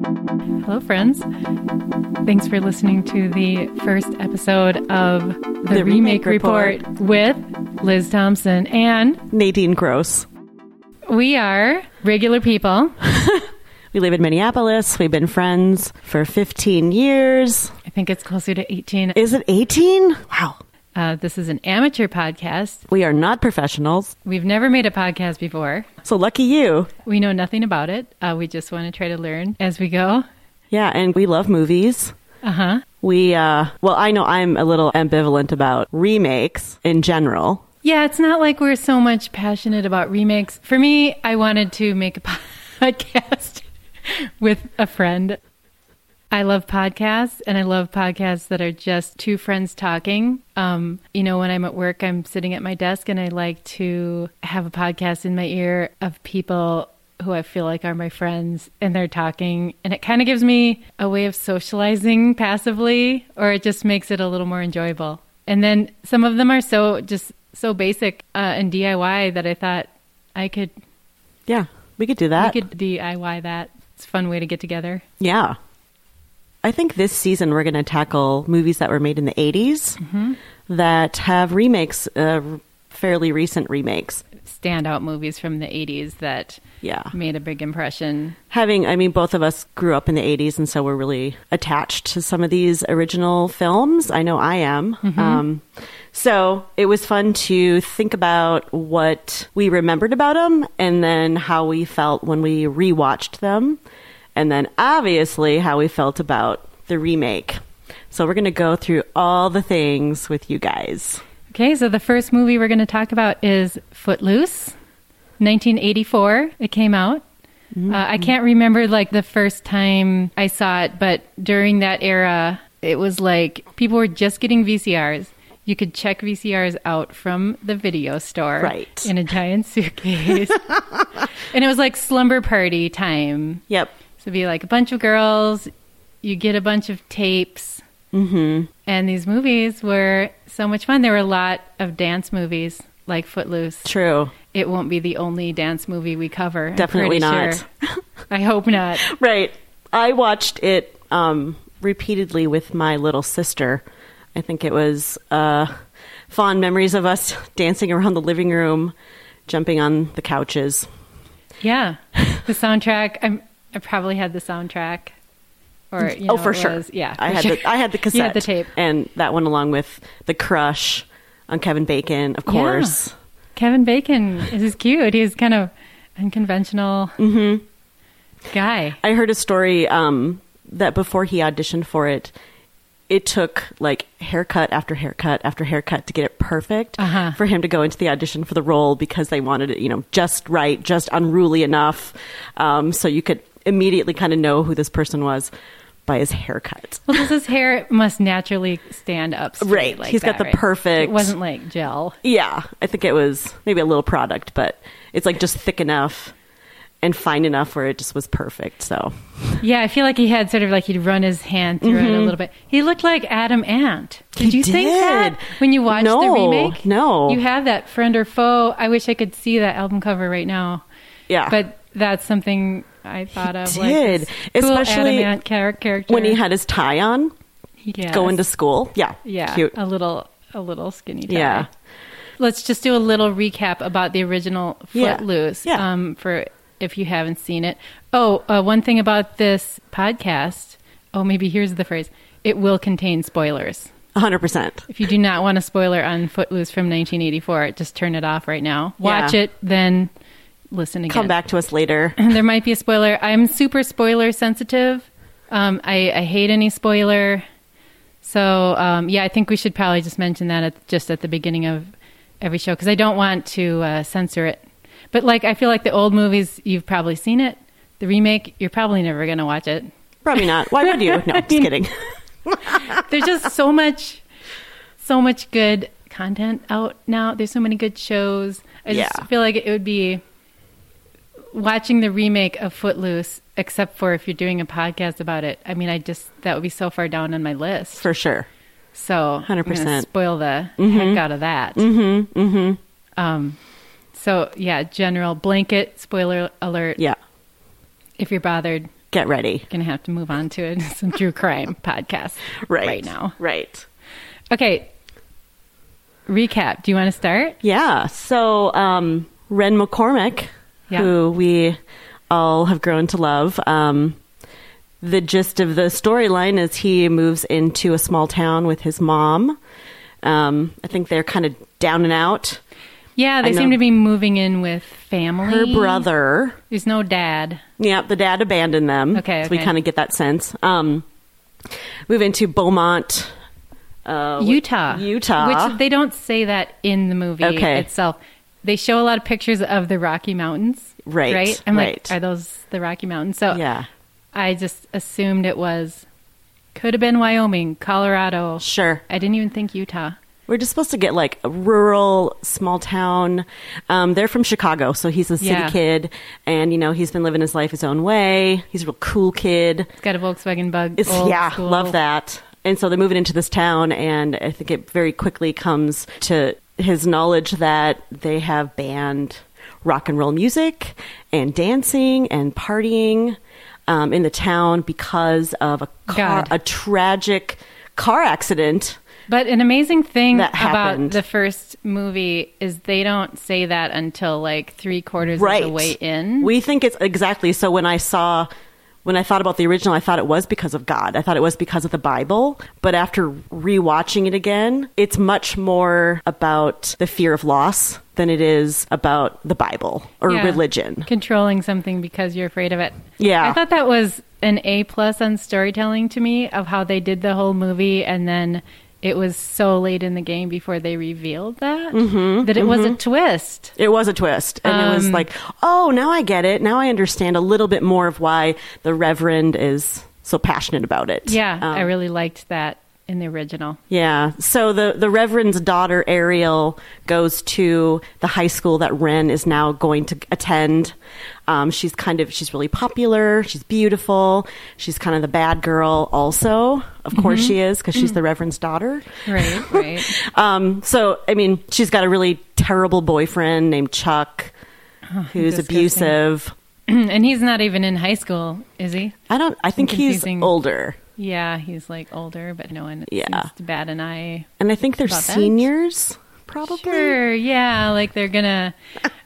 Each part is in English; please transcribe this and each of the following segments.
Hello, friends. Thanks for listening to the first episode of The, The Remake, Remake Report. with Liz Thompson. And Nadine Gross. we are regular people. We live in Minneapolis. We've been friends for 15 years. I think it's closer to 18. Is it 18? Wow. Uh, this is an amateur podcast. We are not professionals. We've never made a podcast before. So lucky you. We know nothing about it. Uh, we just want to try to learn as we go. Yeah, and we love movies. Uh huh. We, uh, well, I know I'm a little ambivalent about remakes in general. Yeah, it's not like we're so much passionate about remakes. For me, I wanted to make a podcast with a friend. I love podcasts and I love podcasts that are just two friends talking. Um, you know, when I'm at work, I'm sitting at my desk and I like to have a podcast in my ear of people who I feel like are my friends and they're talking. And it kind of gives me a way of socializing passively or it just makes it a little more enjoyable. And then some of them are so just so basic uh, and DIY that I thought I could, Yeah, we could do I that. could DIY that. It's a fun way to get together. Yeah. I think this season we're going to tackle movies that were made in the 80s that have remakes, uh, fairly recent remakes. standout movies from the 80s that Yeah. made a big impression. having i mean both of us grew up in the 80s and so we're really attached to some of these original films i know i am um, so it was fun to think about what we remembered about them and then how we felt when we rewatched them and then obviously how we felt about the remake so we're going to go through all the things with you guys Okay, so the first movie we're going to talk about is Footloose, 1984. It came out. Uh, I can't remember like the first time I saw it, but during that era, it was like people were just getting VCRs. You could check VCRs out from the video store Right. in a giant suitcase. and it was like slumber party time. yep So it'd be like a bunch of girls, you get a bunch of tapes. Mm-hmm. And these movies were so much fun. There were a lot of dance movies like Footloose. true It won't be the only dance movie we cover. I'm Definitely pretty not. sure. I hope not. Right. I watched it um, repeatedly with my little sister. I think it was uh, fond memories of us dancing around the living room, jumping on the couches. Yeah. The soundtrack, I'm, I probably had the soundtrack. Or, you know, oh, for it sure. was- yeah. I for had sure. the I had the cassette. You had the tape. and that went along with the Crush on Kevin Bacon, of course. Yeah. Kevin Bacon is cute. He's kind of unconventional Mm-hmm. guy. I heard a story um, that before he auditioned for it, it took like haircut after haircut after haircut to get it perfect Uh-huh. for him to go into the audition for the role because they wanted it, you know, just right, just unruly enough, um, so you could immediately kind of know who this person was by his haircut. Well, because his hair must naturally stand up straight. Right. Like He's that, got the right? perfect- It wasn't like gel. Yeah, I think it was maybe a little product, but it's like just thick enough and fine enough where it just was perfect. So Yeah, I feel like he had sort of like he'd run his hand through it a little bit. He looked like Adam Ant. Did Mm-hmm. He you think that did. when you watched the No, remake? no. You have that friend or foe. I wish I could see that album cover right now. Yeah. But that's something I thought of. Like did. this cool Especially Adam Ant char- character when he had his tie on Yes. going to school, yeah, Yeah, cute. a little a little skinny tie. Yeah. Let's just do a little recap about the original Yeah. Footloose. Yeah. Um, for if you haven't seen it. Oh, uh, one thing about this podcast. Oh, maybe here's the phrase. It will contain spoilers. hundred percent. If you do not want a spoiler on Footloose from 1984, just turn it off right now. Watch Yeah. it, then listen again come back to us later. there might be a spoiler. I'm super spoiler sensitive. Um, I, I hate any spoiler. So um, yeah, I think we should probably just mention that at, just at the beginning of every show because I don't want to uh, censor it. But like, I feel like the old movies, you've probably seen it. The remake, you're probably never going to watch it. Probably not. Why would you? No, just kidding. There's just so much, so much good content out now. There's so many good shows. I just Yeah. feel like it would be watching the remake of Footloose, except for if you're doing a podcast about it. I mean, I just that would be so far down on my list. For sure. So I'm gonna 100%. spoil the heck out of that. Mm-hmm. Mm-hmm. Um. So yeah, general blanket spoiler alert. Yeah. If you're bothered, Get ready. Gonna have to move on to it. Some true crime podcast Right. right now. Right. Okay. Recap. Do you want to start? Yeah. So, um, Ren McCormick, Yeah. who we all have grown to love, um, the gist of the storyline is he moves into a small town with his mom. Um, I think they're kind of down and out. Yeah, they I seem know. to be moving in with family. Her brother, There's no dad. yeah, the dad abandoned them. Okay, so we okay. kind of get that sense. Um, move into Beaumont, uh, Utah. Utah. Which they don't say that in the movie Okay. itself. They show a lot of pictures of the Rocky Mountains. Right, Right? I'm right. like, are those the Rocky Mountains? So yeah, I just assumed it was, could have been Wyoming, Colorado. sure. I didn't even think Utah. We're just supposed to get like a rural, small town. Um, they're from Chicago, so he's a city Yeah. kid, and you know he's been living his life his own way. He's a real cool kid. It's got a Volkswagen bug. It's, old yeah, school. love that. And so they're moving into this town, and I think it very quickly comes to his knowledge that they have banned rock and roll music and dancing and partying um, in the town because of a car, God. a tragic car accident. But an amazing thing That about happened. the first movie is they don't say that until like three quarters right of the way in. We think it's exactly so. When I saw, when I thought about the original, I thought it was because of God. I thought it was because of the Bible. But after rewatching it again, it's much more about the fear of loss than it is about the Bible or Yeah. religion. Controlling something because you're afraid of it. Yeah. I thought that was an A plus on storytelling to me of how they did the whole movie and then it was so late in the game before they revealed that Mm-hmm. that it was a twist. It was a twist. And it Um, was like, oh, now I get it. Now I understand a little bit more of why the Reverend is so passionate about it. Yeah, Um, I really liked that in the original. Yeah. So the the Reverend's daughter Ariel goes to the high school that Ren is now going to attend. Um, she's kind of she's really popular. She's beautiful. She's kind of the bad girl, also. Of Mm-hmm. course she is because Mm. she's the Reverend's daughter. Right, right. Um, so I mean, she's got a really terrible boyfriend named Chuck, who's disgusting. abusive. and he's not even in high school, is he? I don't. I think he's confusing. older, Yeah, he's like older, but no one Yeah. seems to bat an eye. and I think they're About that? seniors. Probably. Sure, yeah, like they're gonna.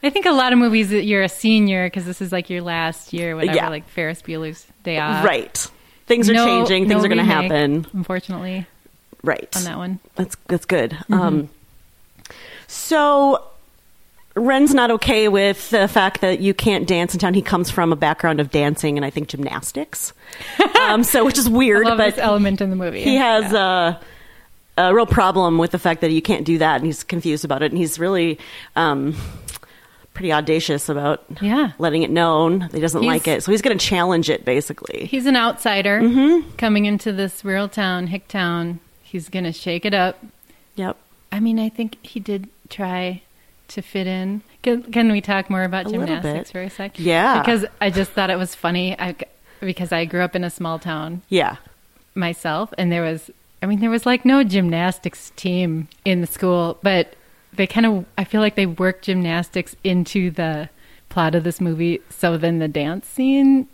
I think a lot of movies that you're a senior because this is like your last year, whatever, Yeah. like Ferris Bueller's Day Off. Right. Things are No- changing. Things no are going to remake, happen. Unfortunately, Right. on that one. Mm-hmm. That's that's good. Um, so Ren's not okay with the fact that you can't dance in town. He comes from a background of dancing and I think gymnastics. um, so which is I weird, love but this element in the movie. he has a, a real problem with the fact that you can't do that, and he's confused about it, and he's really. Um, Pretty audacious about Yeah. letting it known that he doesn't He's- like it, so he's going to challenge it basically. He's an outsider Mm-hmm. coming into this rural town, hick town. He's gonna shake it up. yep, I mean, I think he did try to fit in. Can, can we talk more about A little gymnastics bit. for a sec? Yeah. because I just thought it was funny. I, because I grew up in a small town yeah, myself, and there was, I mean, there was like no gymnastics team in the school, but they kind of, I feel like they worked gymnastics into the plot of this movie. So then the dance scene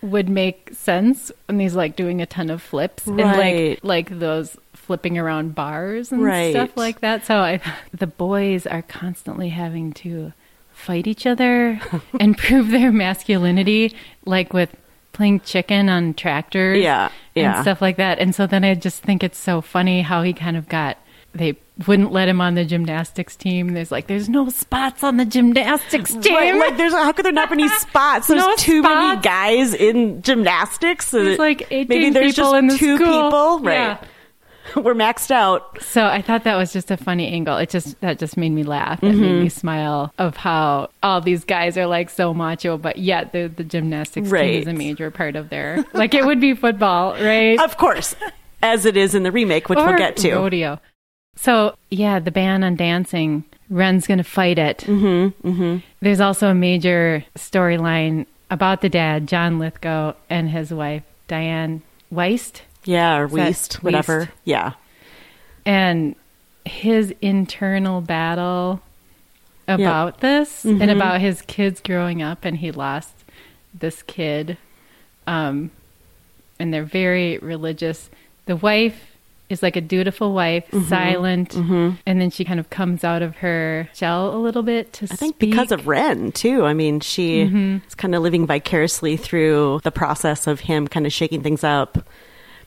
would make sense, and he's like doing a ton of flips and Right. like like those flipping around bars and Right. stuff like that. So I, the boys are constantly having to fight each other and prove their masculinity, like with playing chicken on tractors Yeah, yeah. and stuff like that. And so then I just think it's so funny how he kind of got they wouldn't let him on the gymnastics team. There's like there's no spots on the gymnastics team. Right, like there's how could there not be any spots? There's No too many spots. guys in gymnastics. so There's that- like 18 maybe there's people just in the two school. people. Yeah. Right. We're maxed out. So I thought that was just a funny angle. It just that just made me laugh and Mm-hmm. made me smile of how all these guys are like so macho, but yet the, the gymnastics team Right. is a major part of their like it would be football, right? Of course. as it is in the remake, which Or we'll get to. rodeo. So yeah, the ban on dancing. Ren's gonna fight it. Mm-hmm, There's also a major storyline about the dad, John Lithgow, and his wife Diane Weist. Yeah, or that Weast, whatever. Weast? Yeah. and his internal battle about Mm-hmm. this and about his kids growing up and he lost this kid um, and they're very religious. The wife is like a dutiful wife, Mm-hmm. silent, and then she kind of comes out of her shell a little bit to I think because speak. Mm-hmm. of Ren too. I mean, she is kind of living vicariously through the process of him kind of shaking things up.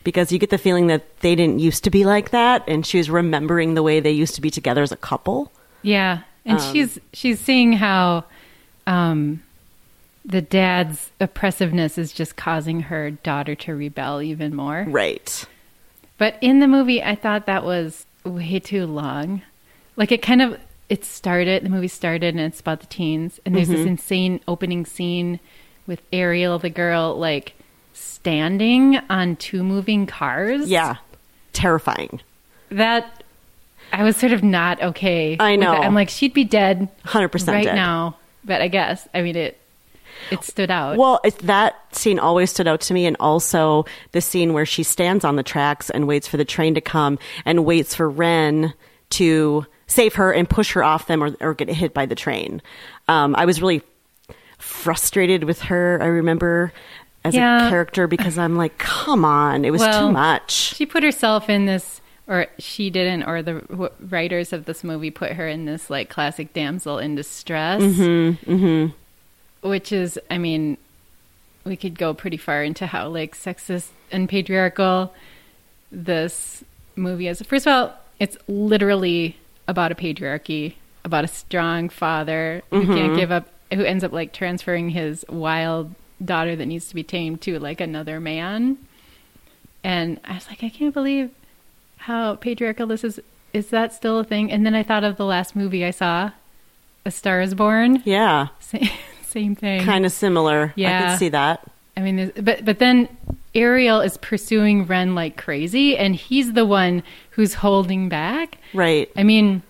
Because you get the feeling that they didn't used to be like that, and she was remembering the way they used to be together as a couple. Yeah, and um, she's she's seeing how um, the dad's oppressiveness is just causing her daughter to rebel even more. Right. But in the movie, I thought that was way too long. Like it kind of it started. The movie started, and it's about the teens, and there's this Mm-hmm. insane opening scene with Ariel, the girl, like standing on two moving cars. Yeah. Terrifying. that. I was sort of not okay. I with know. that. I'm like, she'd be dead 100% right dead. now. But I guess I mean it. It stood out. Well, it's that scene always stood out to me, and also the scene where she stands on the tracks and waits for the train to come and waits for Ren to save her and push her off them or, or get hit by the train. Um, I was really frustrated with her, I remember, as Yeah. a character because I'm like, come on, it was Well, too much. She put herself in this, or she didn't, or the w- writers of this movie put her in this like classic damsel in distress, Mm-hmm. which is, I mean, we could go pretty far into how like sexist and patriarchal this movie is. First of all, it's literally about a patriarchy, about a strong father who can't give up, who ends up like transferring his wild daughter that needs to be tamed to like another man. And I was like, I can't believe how patriarchal this is. Is that still a thing? And then I thought of the last movie I saw, A Star is Born. Yeah, Same, same thing. kind of similar. I Yeah. can see that. I mean, there's- but but then Ariel is pursuing Ren like crazy, and he's the one who's holding back. Right. I mean,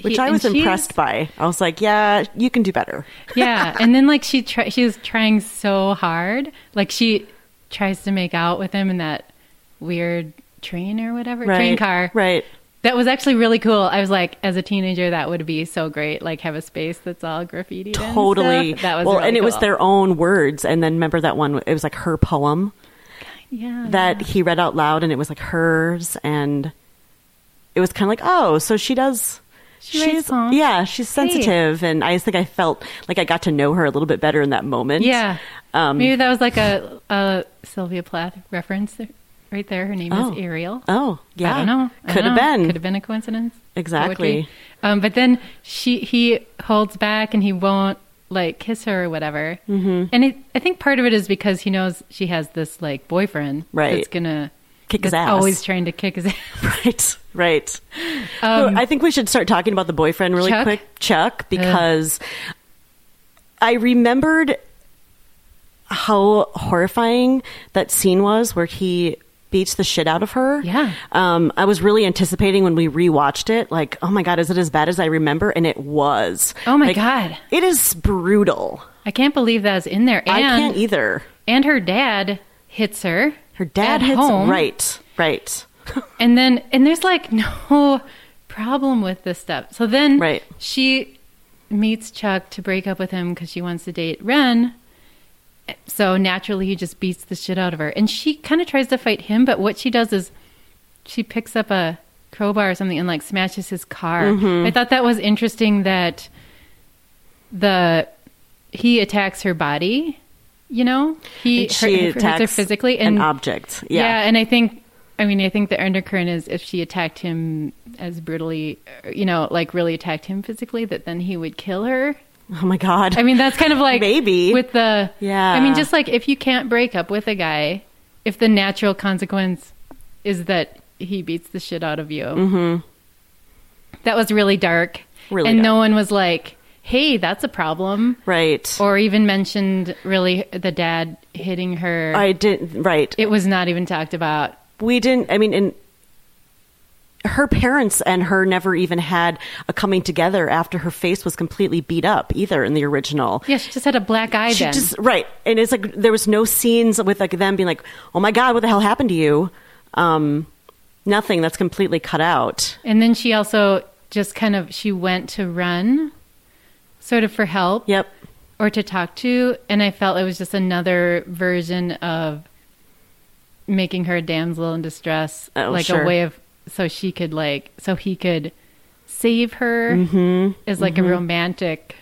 Which he- I and was she's- impressed by. I was like, yeah, you can do better. yeah, and then like she try, she was trying so hard, like she tries to make out with him in that weird train or whatever train Right. car, Right. That was actually really cool. I was like, as a teenager, that would be so great. Like, have a space that's all graffiti. totally That was well really and it was cool. their own words and then remember that one it was like her poem yeah that he read out loud and it was like hers and it was kind of like oh so she does She writes poems. yeah she's sensitive and i just think i felt like i got to know her a little bit better in that moment yeah. um Maybe that was like a, a Sylvia Plath reference there, right there. Her name Oh. is Ariel. oh yeah I don't know. I could don't have know. been Could have been a coincidence. Exactly. Poetry. Um, but then she he holds back and he won't like kiss her or whatever. Mm-hmm. And it, I think part of it is because he knows she has this like boyfriend Right. that's gonna Kick his that's ass. Always trying to kick his ass. right right i think we should start talking about the boyfriend really Um, Chuck? Uh. quick chuck because i remembered how horrifying that scene was where he beats the shit out of her Yeah. um, i was really anticipating when we rewatched it like oh my god is it as bad as i remember and it was Oh my Like, god. it is brutal I can't believe that's in there. And i can't either and her dad hits her. her at dad hits home, right right And then and there's like no problem with this stuff. So then Right. she meets Chuck to break up with him because she wants to date Ren. So naturally he just beats the shit out of her. And she kind of tries to fight him, but what she does is she picks up a crowbar or something and like smashes his car. Mm-hmm. I thought that was interesting that the he attacks her body, you know? He And she hurts her attacks physically an and object yeah. yeah, and I think I mean I think the undercurrent is if she attacked him as brutally, you know, like really attacked him physically, that then he would kill her. oh my god I mean that's kind of like Maybe. with the Yeah. I mean just like if you can't break up with a guy, if the natural consequence is that he beats the shit out of you. Mm-hmm. That was really dark. Really and no dark. one was like, "Hey, that's a problem," right or even mentioned really the dad hitting her. I didn't. Right. it was not even talked about. we didn't. I mean, and her parents and her never even had a coming together after her face was completely beat up either in the original. Yeah, she just had a black eye She then. just right, and it's like there was no scenes with like them being like, "Oh my god, what the hell happened to you?" Um, nothing. That's completely cut out. and then she also just kind of she went to run sort of for help. Yep. or to talk to. And I felt it was just another version of making her a damsel in distress, Oh, like sure. a way of so she could like so he could save her Mm-hmm. is like a romantic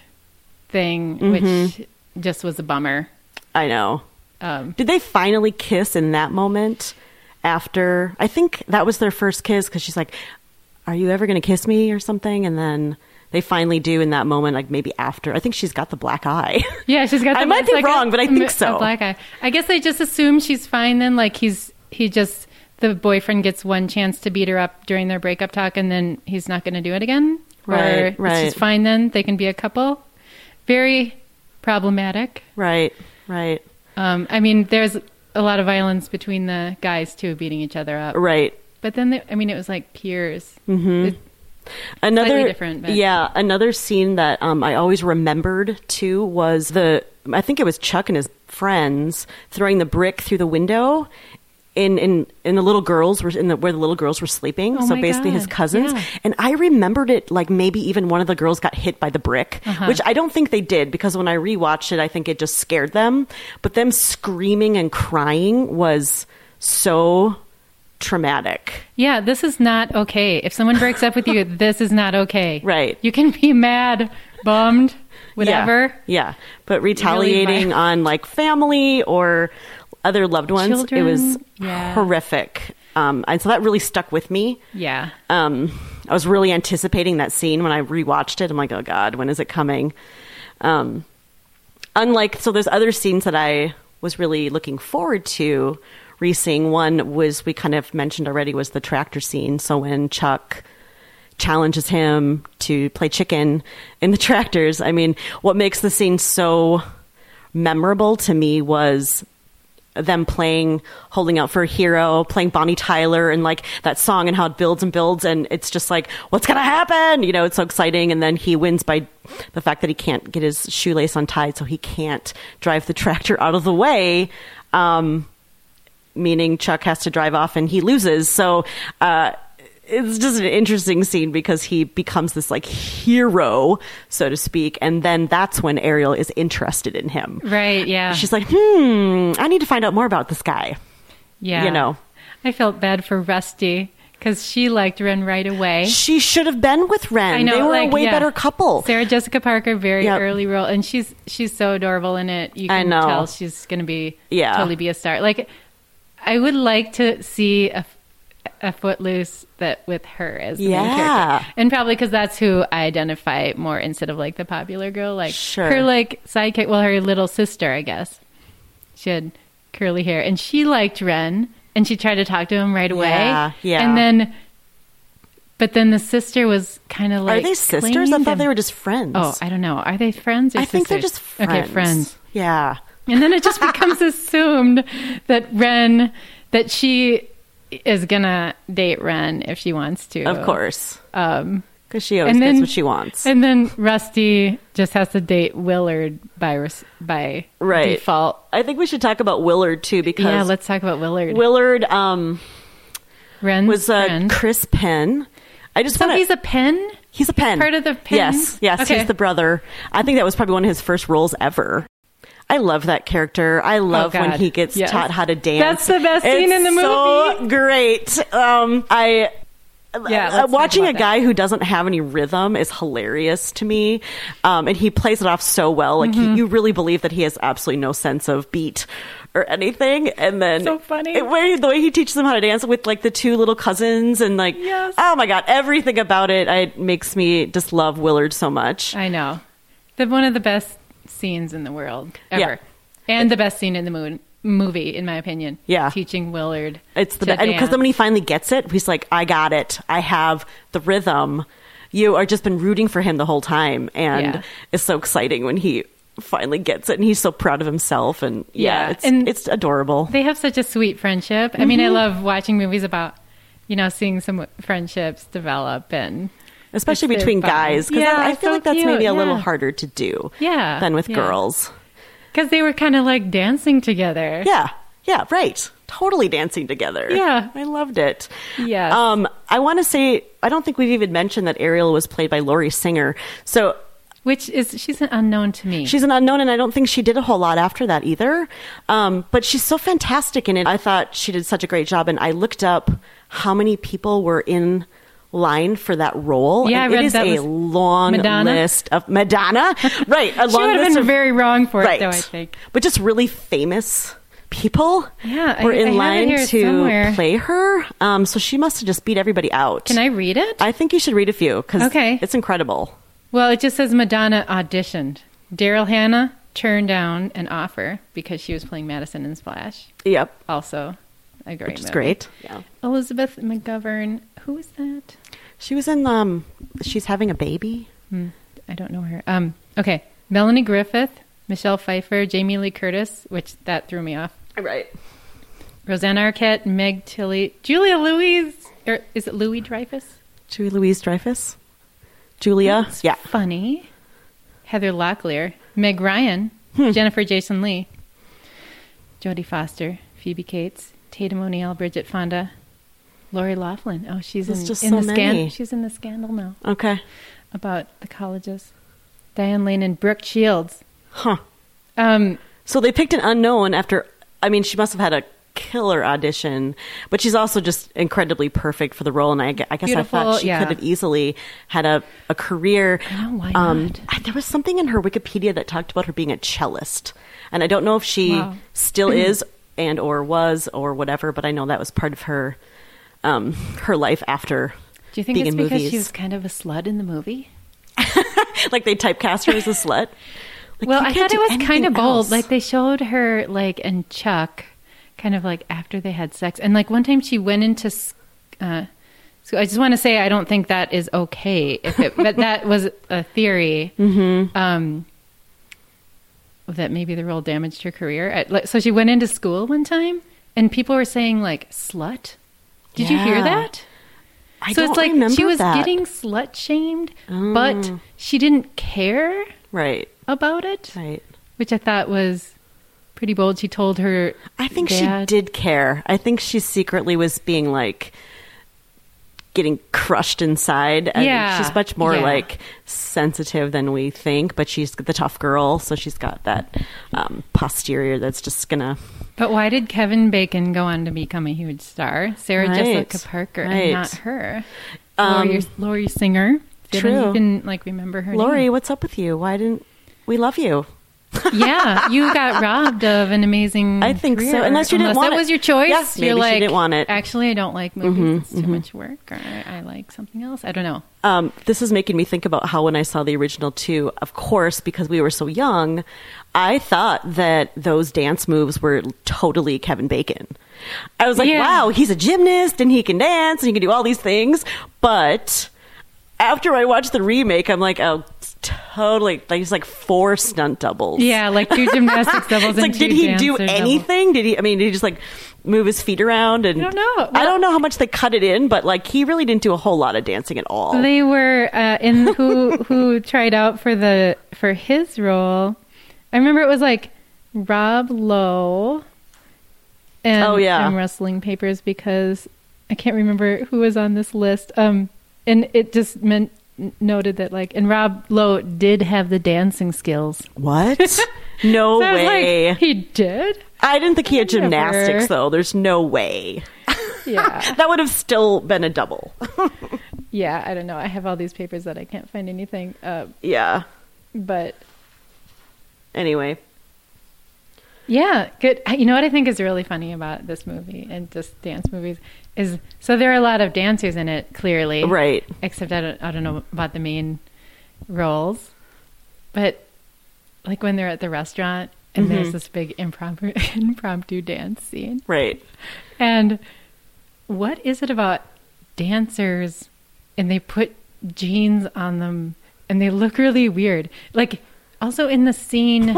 thing, which Mm-hmm. just was a bummer. I know. Um, Did they finally kiss in that moment after? I think that was their first kiss because she's like, Are you ever going to kiss me or something? And then they finally do in that moment, like maybe after. I think she's got the black eye. Yeah, she's got. The I might it's be like a- wrong, but I think a so. black eye. I guess I just assume she's fine then. Like he's he just the boyfriend gets one chance to beat her up during their breakup talk, and then he's not going to do it again. or Right, right. She's fine then. They can be a couple. Very problematic. right, right, Um, I mean, there's a lot of violence between the guys too, beating each other up. right. Mm-hmm. But then, they, I mean, it was like peers. It- another different, but- yeah another scene that um, i always remembered too was the i think it was chuck and his friends throwing the brick through the window in in in the little girls were in the where the little girls were sleeping Oh so my basically his God, cousins yeah. and i remembered it like maybe even one of the girls got hit by the brick Uh-huh. which i don't think they did because when i rewatched it i think it just scared them but them screaming and crying was so traumatic Yeah, this is not okay. If someone breaks up with you, this is not okay. Right. You can be mad, bummed, whatever. Yeah, yeah. but retaliating vi- on like family or other loved ones, it was Children, yeah. horrific. Um, and so that really stuck with me. Yeah. Um, I was really anticipating that scene when I rewatched it. I'm like, oh god, when is it coming? Um, unlike so, there's other scenes that I was really looking forward to re-seeing. One was we kind of mentioned already was the tractor scene. So when Chuck challenges him to play chicken in the tractors, I mean, what makes the scene so memorable to me was them playing holding out for a hero playing bonnie tyler and like that song and how it builds and builds and it's just like what's gonna happen you know it's so exciting and then he wins by the fact that he can't get his shoelace untied so he can't drive the tractor out of the way um, meaning chuck has to drive off and he loses so uh, it's just an interesting scene because he becomes this like hero so to speak and then that's when ariel is interested in him Right. Yeah. She's like, hmm, I need to find out more about this guy. yeah. you know. I felt bad for Rusty because she liked Ren right away. She should have been with Ren. I know. they were like, a way yeah. better couple. Sarah Jessica Parker, very Yep. early role, and she's she's so adorable in it. You I can know. tell she's going to be Yeah. totally be a star. Like, I would like to see a, a Footloose that with her as the main Yeah. character, and probably because that's who I identify more instead of like the popular girl, like Sure. her like sidekick. Well, her little sister, I guess. She had curly hair, and she liked Ren, and she tried to talk to him right away. Yeah, yeah. and then. But then the sister was kind of like. Are they sisters? clinging I to thought him. they were just friends. Oh, I don't know. Are they friends? Or I think they're just sisters? friends. Okay, friends. Yeah. And then it just becomes assumed that Ren, that she is gonna date Ren if she wants to. Of course. Uh, Um, Because she always and then gets what she wants. And then Rusty just has to date Willard by res- by Right. default. I think we should talk about Willard too because Yeah, let's talk about Willard. Willard um, Ren's was uh, friend. Chris Penn. I just so want he's a pen. He's a pen. part of the Penn? Yes, yes. Okay. He's the brother. I think that was probably one of his first roles ever. I love that character. I love Oh, God. when he gets Yes. taught how to dance. That's the best scene It's in the So great. Um, I. Yeah, uh, let's talk watching a about that. guy who doesn't have any rhythm is hilarious to me, um, and he plays it off so well. Like Mm-hmm. he, you really believe that he has absolutely no sense of beat or anything. And then So funny. it- where he- the way he teaches them how to dance with like the two little cousins and like Yes. oh my god, everything about it I, it makes me just love Willard so much. I know. The one of the best scenes in the world ever, Yeah. and the best scene in the moon, movie, in my opinion. Yeah. teaching Willard. It's the to because dance. then when he finally gets it, he's like, I got it. I have the rhythm. You are just been rooting for him the whole time, and Yeah. it's so exciting when he finally gets it, and he's so proud of himself, and yeah, Yeah, it's and- it's adorable. They have such a sweet friendship. I Mm-hmm. mean, I love watching movies about, you know, seeing some friendships develop and Especially it's between fun. guys, because Yeah, I it's feel so like that's cute, maybe a little yeah. harder to do, Yeah, than with yeah. girls. because they were kind of like dancing together. Yeah. Yeah, right. Totally dancing together. Yeah. I loved it. Yes. Um, I want to say, I don't think we've even mentioned that Ariel was played by Laurie Singer. So which is she's an unknown to me. She's an unknown, and I don't think she did a whole lot after that either. Um, but she's so fantastic in it. I thought she did such a great job, and I looked up how many people were in line for that role. Yeah, and I read it is that a was long Madonna. list of Madonna. right, a she long would have list been of very wrong for right, it, though. I think. but just really famous people Yeah, I- were in I have it line here to somewhere. play her. Um, so she must have just beat everybody out. Can I read it? I think you should read a few because Okay. it's incredible. Well, it just says Madonna auditioned. Daryl Hannah turned down an offer because she was playing Madison in Splash. Yep, Also, a great which is movie. great. Yeah. Elizabeth McGovern. Who is that? She was in um she's having a baby. Hmm, I don't know her. Um, okay, Melanie Griffith, Michelle Pfeiffer, Jamie Lee Curtis, which that threw me off. Right. Roseanne Arquette, Meg Tilly, Julia Louise, or is it Louis Dreyfus? Julie Louise Dreyfus. Julia. That's yeah. funny. Heather Locklear, Meg Ryan, Hmm. Jennifer Jason Lee, Jodie Foster, Phoebe Cates, Tatum O'Neill, Bridget Fonda, Lori Laughlin. Oh, she's There's in, just in so the many. scandal. She's in the scandal now Okay. about the colleges. Diane Lane and Brooke Shields. Huh. Um, So they picked an unknown after I mean she must have had a killer audition, but she's also just incredibly perfect for the role and I, gu- I guess I Beautiful, thought she yeah. could have easily had a, a career. Um, I know, why not? I- there was something in her Wikipedia that talked about her being a cellist. And I don't know if she Wow. still is and or was or whatever, but I know that was part of her um, her life after do you think being it's in because movies. she was kind of a slut in the movie? like they typecast her as a slut. Like, well, you I thought can't do it was anything kind of bold. else. Like they showed her like and Chuck, kind of like after they had sex, and like one time she went into. s- Uh, so I just want to say I don't think that is okay. If it, but that was a theory. Mm-hmm. Um, that maybe the role damaged her career. I- like, So she went into school one time, and people were saying like "slut." Did you hear Yeah. that? I so don't it's like remember she was that. Oh. getting slut shamed, but she didn't care right, about it right. which I thought was pretty bold. She told her, I think she dad- did care. I think she secretly was being like getting crushed inside. And Yeah, she's much more yeah. like sensitive than we think, but she's the tough girl, so she's got that um, posterior that's just gonna But why did Kevin Bacon go on to become a huge star? Sarah Right, Jessica Parker right. and not her. Um, Laurie, Laurie Singer. Didn't True. even like remember her Lori. name. What's up with you? Why didn't we love you? yeah, you got robbed of an amazing. I think so, career. unless you didn't unless want that it. was your choice. Yeah, maybe You're she like, didn't want it. Mm-hmm, Actually, I don't like movies. it's too much work, or I, I like something else. I don't know. Um, this is making me think about how when I saw the original two, of course, because we were so young, I thought that those dance moves were totally Kevin Bacon. I was like, Yeah. wow, he's a gymnast and he can dance and he can do all these things. But after I watched the remake, I'm like, oh, it's totally. Like, he's like four stunt doubles. Yeah, like two gymnastics doubles. It's and like, two did he dancer do doubles. anything? Did he? I mean, did he just like move his feet around? And I don't know. I don't know how much they cut it in, but like he really didn't do a whole lot of dancing at all. They were uh, in who who tried out for the for his role. I remember it was like Rob Lowe. And Oh, yeah. I'm wrestling papers because I can't remember who was on this list. Um, and it just meant n- noted that like and Rob Lowe did have the dancing skills. What? No So I was like, way. he did. I didn't think he had Whatever. gymnastics, though. There's no way. Yeah, That would have still been a double. yeah. I don't know. I have all these papers that I can't find anything. Uh, yeah. but Anyway. Yeah, good. I- You know what I think is really funny about this movie and just dance movies is so there are a lot of dancers in it, clearly. Right. Except I don't, I don't know about the main roles, but like when they're at the restaurant and there's this big impromptu impromptu dance scene, Right. and what is it about dancers and they put jeans on them and they look really weird? Like also in the scene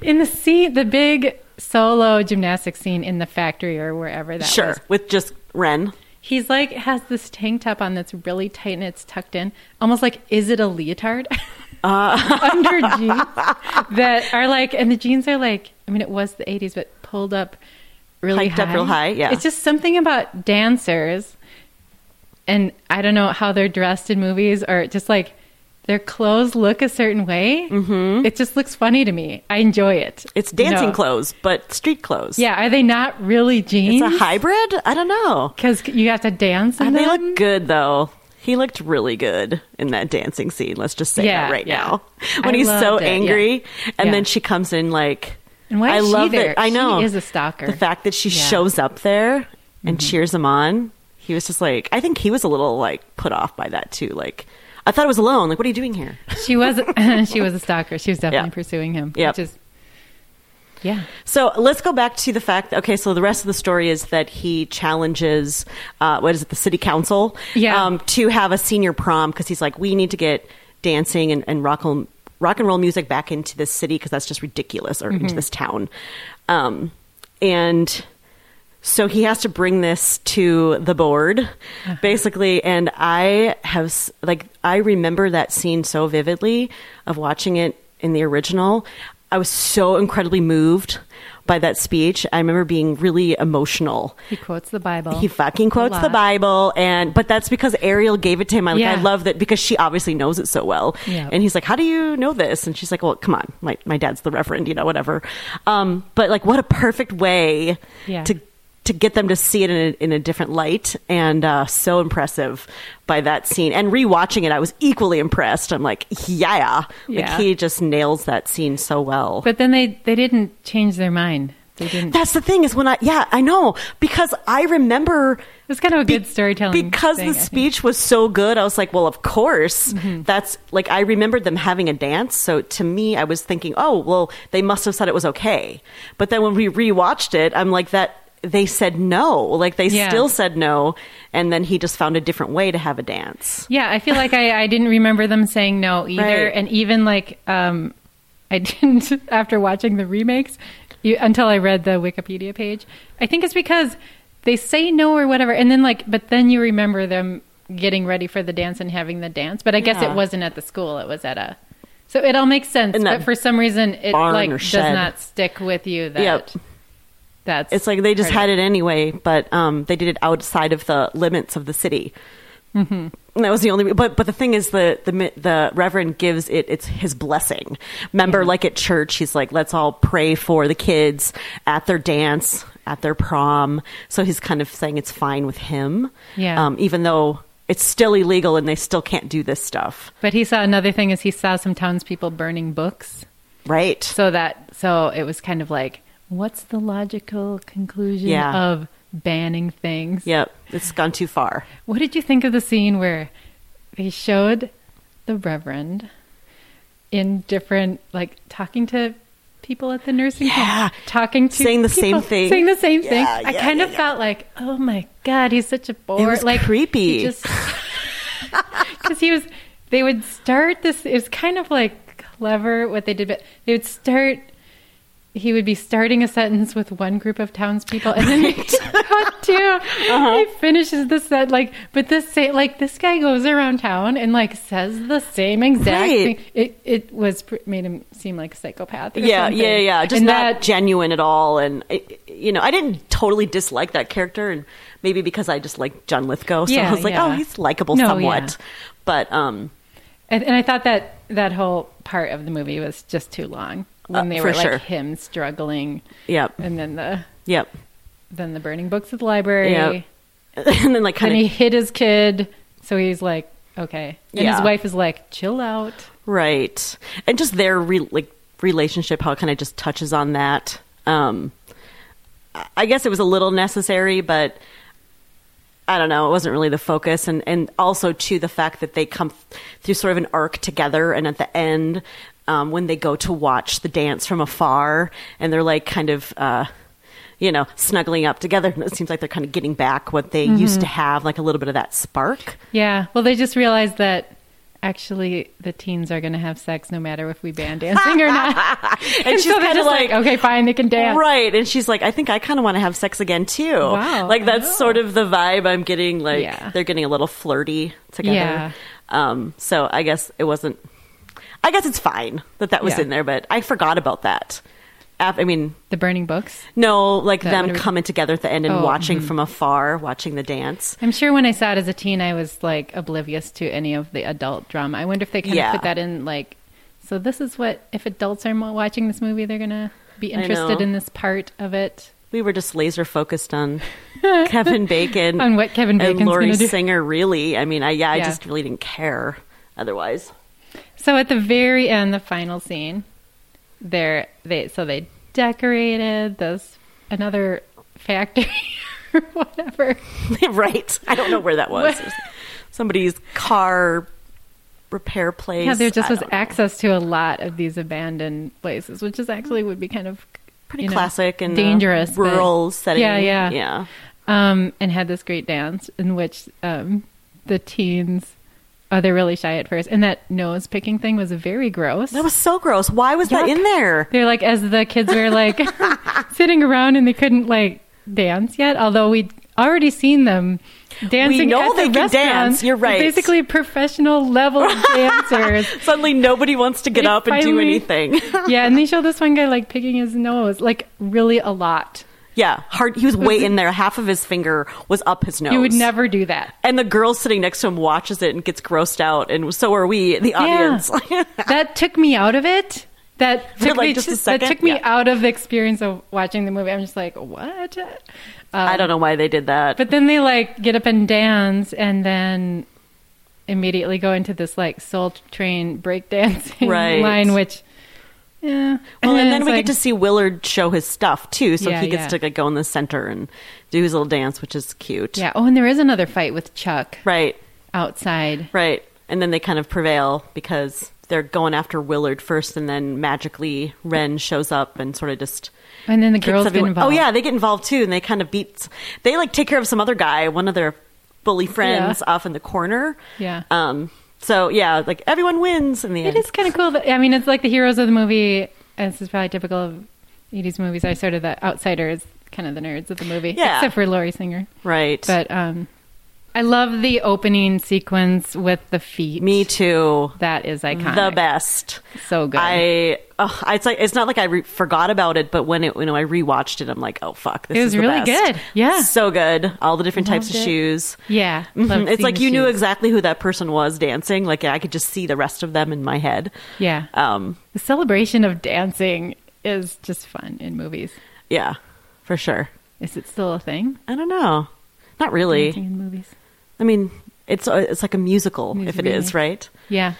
in the scene the big solo gymnastics scene in the factory or wherever that sure. was. With just Ren. He's like has this tank top on that's really tight and it's tucked in. Almost like is it a leotard? Uh. under jeans that are like and the jeans are like I mean it was the 80s but pulled up really Hiked up real high, yeah. It's just something about dancers and I don't know how they're dressed in movies or just like their clothes look a certain way, mm-hmm. it just looks funny to me. I enjoy it. It's dancing No. clothes, but street clothes. Yeah, are they not really jeans? It's a hybrid? I don't know. Because you have to dance in And they them? look good though. He looked really good in that dancing scene. Let's just say Yeah, that right yeah. now. I When he's so loved it, yeah. angry, and Yeah. then she comes in like, And why I is she love there? that. I She know is a stalker. The fact that she Yeah. Mm-hmm. shows up there and cheers him on. He was just like, I think he was a little like put off by that too. Like, I thought it was alone. Like, what are you doing here? She was she was a stalker. She was definitely Yeah. pursuing him. Which Yep. is yeah. So let's go back to the fact. Okay, so the rest of the story is that he challenges, uh, what is it, the city council, Um, Yeah. to have a senior prom because he's like, we need to get dancing and, and rock and rock and roll music back into this city because that's just ridiculous, or into this town, um, and so he has to bring this to the board basically and i have s- like i remember that scene so vividly of watching it in the original i was so incredibly moved by that speech i remember being really emotional He quotes the Bible. he fucking quotes the lot. bible and but that's because ariel gave it to him i, like, I Yeah. love that because she obviously knows it so well Yeah. and he's like how do you know this and she's like well come on my, my dad's the reverend you know whatever um, but like what a perfect way Yeah. to to get them to see it in a, in a different light and uh, so impressive by that scene and rewatching it i was equally impressed i'm like yeah, Yeah. like he just nails that scene so well But then they they didn't change their mind. They didn't. that's the thing is when i yeah i know because i remember it's kind of a good storytelling because thing, I think. the Mm-hmm. speech was so good i was like well of course that's like i remembered them having a dance so to me i was thinking oh well they must have said it was okay but then when we rewatched it i'm like that they said no like they Yeah. still said no and then he just found a different way to have a dance Yeah, I feel like I, I didn't remember them saying no either, Right. and even like um, I didn't after watching the remakes you, until I read the Wikipedia page. I think it's because they say no or whatever, and then like, but then you remember them getting ready for the dance and having the dance. But I guess Yeah. it wasn't at the school; it was at a. So it all makes sense, In that but for some reason, it barn like or does shed. not stick with you. That Yep. that's it's like they just part had of it anyway but um, they did it outside of the limits of the city And that was the only but but the thing is the the mi- the reverend gives it it's his blessing remember like at church he's like let's all pray for the kids at their dance at their prom so he's kind of saying it's fine with him Yeah. um, even though it's still illegal and they still can't do this stuff But he saw another thing is he saw some townspeople burning books. right so that so it was kind of like what's the logical conclusion Yeah. of banning things yep it's gone too far what did you think of the scene where they showed the reverend in different like talking to people at the nursing Yeah. home talking to Saying the same people, thing. saying the same thing Yeah, i yeah, kind yeah, of yeah. felt like oh my god he's such a bore was like he creepy. just because he was they would start this it was kind of like clever what they did but they would start he would be starting a sentence with one group of townspeople and then right. two Uh-huh. he finishes the set like but this say like this guy goes around town and like says the same exact Right. thing it it was pr- made him seem like a psychopath or yeah, something. yeah, yeah. Just and not that genuine at all. And I- you know, I didn't totally dislike that character, and maybe because I just like John Lithgow, so Yeah, I was like, yeah. oh, he's likable No, somewhat. But um, and, and i thought that that whole part of the movie was just too long when Uh, they for were like sure. him struggling yep, and then the yep, then the burning books at the library yep. and then like then kind he of hit his kid so he's like okay and Yeah. his wife is like chill out right, and just their re- like relationship, how it kind of just touches on that. Um, I- I guess it was a little necessary, but I don't know. It wasn't really the focus, and and also to the fact that they come th- through sort of an arc together, and at the end, um, when they go to watch the dance from afar, and they're like kind of. Uh, you know, snuggling up together. and It seems like they're kind of getting back what they Mm-hmm. used to have, like a little bit of that spark. Yeah. Well, they just realized that actually the teens are going to have sex no matter if we ban dancing or not. And, and she's so they're kind of just like, like, okay, fine, they can dance. Right. And she's like, I think I kind of want to have sex again too. Wow, Like I that's know. sort of the vibe I'm getting. Like Yeah. they're getting a little flirty together. Yeah. Um, so I guess it wasn't, I guess it's fine that that was Yeah. in there, but I forgot about that. af- I mean, The burning books. no, like That them would've- coming together at the end and Oh, watching from afar, watching the dance. I'm sure when I saw it as a teen, I was like oblivious to any of the adult drama. I wonder if they kind Yeah. of put that in, like, so this is what if adults are mo- watching this movie, they're gonna be I know. interested in this part of it. We were just laser focused on Kevin Bacon On what Kevin Bacon's and Lori gonna do. Singer. Really, I mean, I yeah, I Yeah. just really didn't care otherwise. So at the very end, the final scene, there they so they decorated this another factory or whatever. right? I don't know where that was. It was Somebody's car repair place. Yeah, there just I was don't know. access to a lot of these abandoned places, which is actually would be kind of pretty you know, classic and dangerous, but- rural setting. Yeah, yeah, yeah. um, and had this great dance in which um, the teens oh they're really shy at first and that nose picking thing was very gross That was so gross. Why was that Yuck. in there? they're like as the kids were like sitting around and they couldn't like dance yet although we'd already seen them dancing know at the they can restaurant. dance, you're right. basically professional level dancers Suddenly, nobody wants to get They up and do finally- anything. yeah and they show this one guy like picking his nose like really a lot yeah, hard. He was way in there. Half of his finger was up his nose. you would never do that And the girl sitting next to him watches it and gets grossed out, and so are we, the audience. that took me out of it. That For, took like, me just a that second? took me Yeah. out of the experience of watching the movie. I'm just like, what? Um, I don't know why they did that. But then they like get up and dance, and then immediately go into this like Soul Train breakdancing Right. line, which yeah. Well, and then it's we like- get to see Willard show his stuff too, so Yeah, he gets yeah. to like, go in the center and do his little dance, which is cute. yeah. Oh, and there is another fight with Chuck Right. outside. Right. And then they kind of prevail because they're going after Willard first, and then magically Ren shows up and sort of just. And then the kicks girls get everyone- involved. Oh yeah, they get involved too, and they kind of beat. They like take care of some other guy, one of their bully friends, off in the corner. Yeah. Um. So yeah, like everyone wins in the It end. is kind of cool. That, I mean, it's like the heroes of the movie. And this is probably typical of 80s movies. I sort of the outsiders, kind of the nerds of the movie. Yeah. Except for Laurie Singer. Right. But um, I love the opening sequence with the feet. Me too. That is iconic. The best. So good. I oh, it's like it's not like I re- forgot about it, but when it you know I rewatched it, I'm like, oh fuck, this It was is the really best. good. Yeah. so good. All the different types Loved of it. shoes. yeah. Mhm. Love It's seeing like the you knew shoes. exactly who that person was dancing. Like I could just see the rest of them in my head. Yeah. Um. the celebration of dancing is just fun in movies. Yeah. For sure. Is it still a thing? I don't know. Not really. Dancing in movies. I mean, it's uh, it's like a musical Music if it is remake. right. Yeah.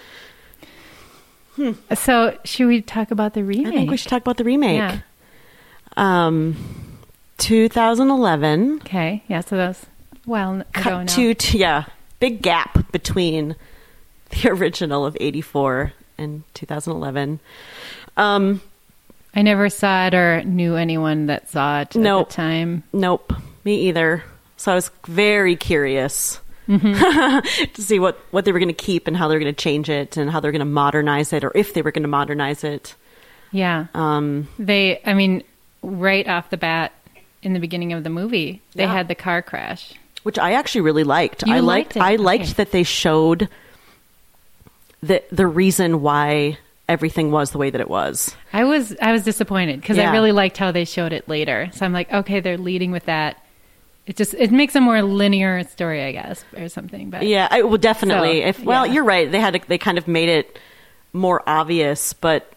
So, should we talk about the Hmm. I remake? think we should talk about the remake. Yeah. Um, 2011. Okay. Yeah. So that's well n- ago now. cut to, to yeah big gap between the original of 84 and 2011 um I never saw it or knew anyone that saw it Nope. at the time. nope me either so i was very curious Mm-hmm. to see what what they were going to keep and how they were going to change it and how they're going to modernize it or if they were going to modernize it Yeah. um they. I mean, right off the bat, in the beginning of the movie, they Yeah. had the car crash. which I actually really liked. You I liked liked, it? I liked Okay. that they showed the the reason why everything was the way that it was. I was I was disappointed because I Yeah. really liked how they showed it later. So I'm like, okay, they're leading with that. It just it makes a more linear story, I guess, or something. But Yeah, I, well, definitely. So, if well, yeah. you're right. They had they kind of made it more obvious, but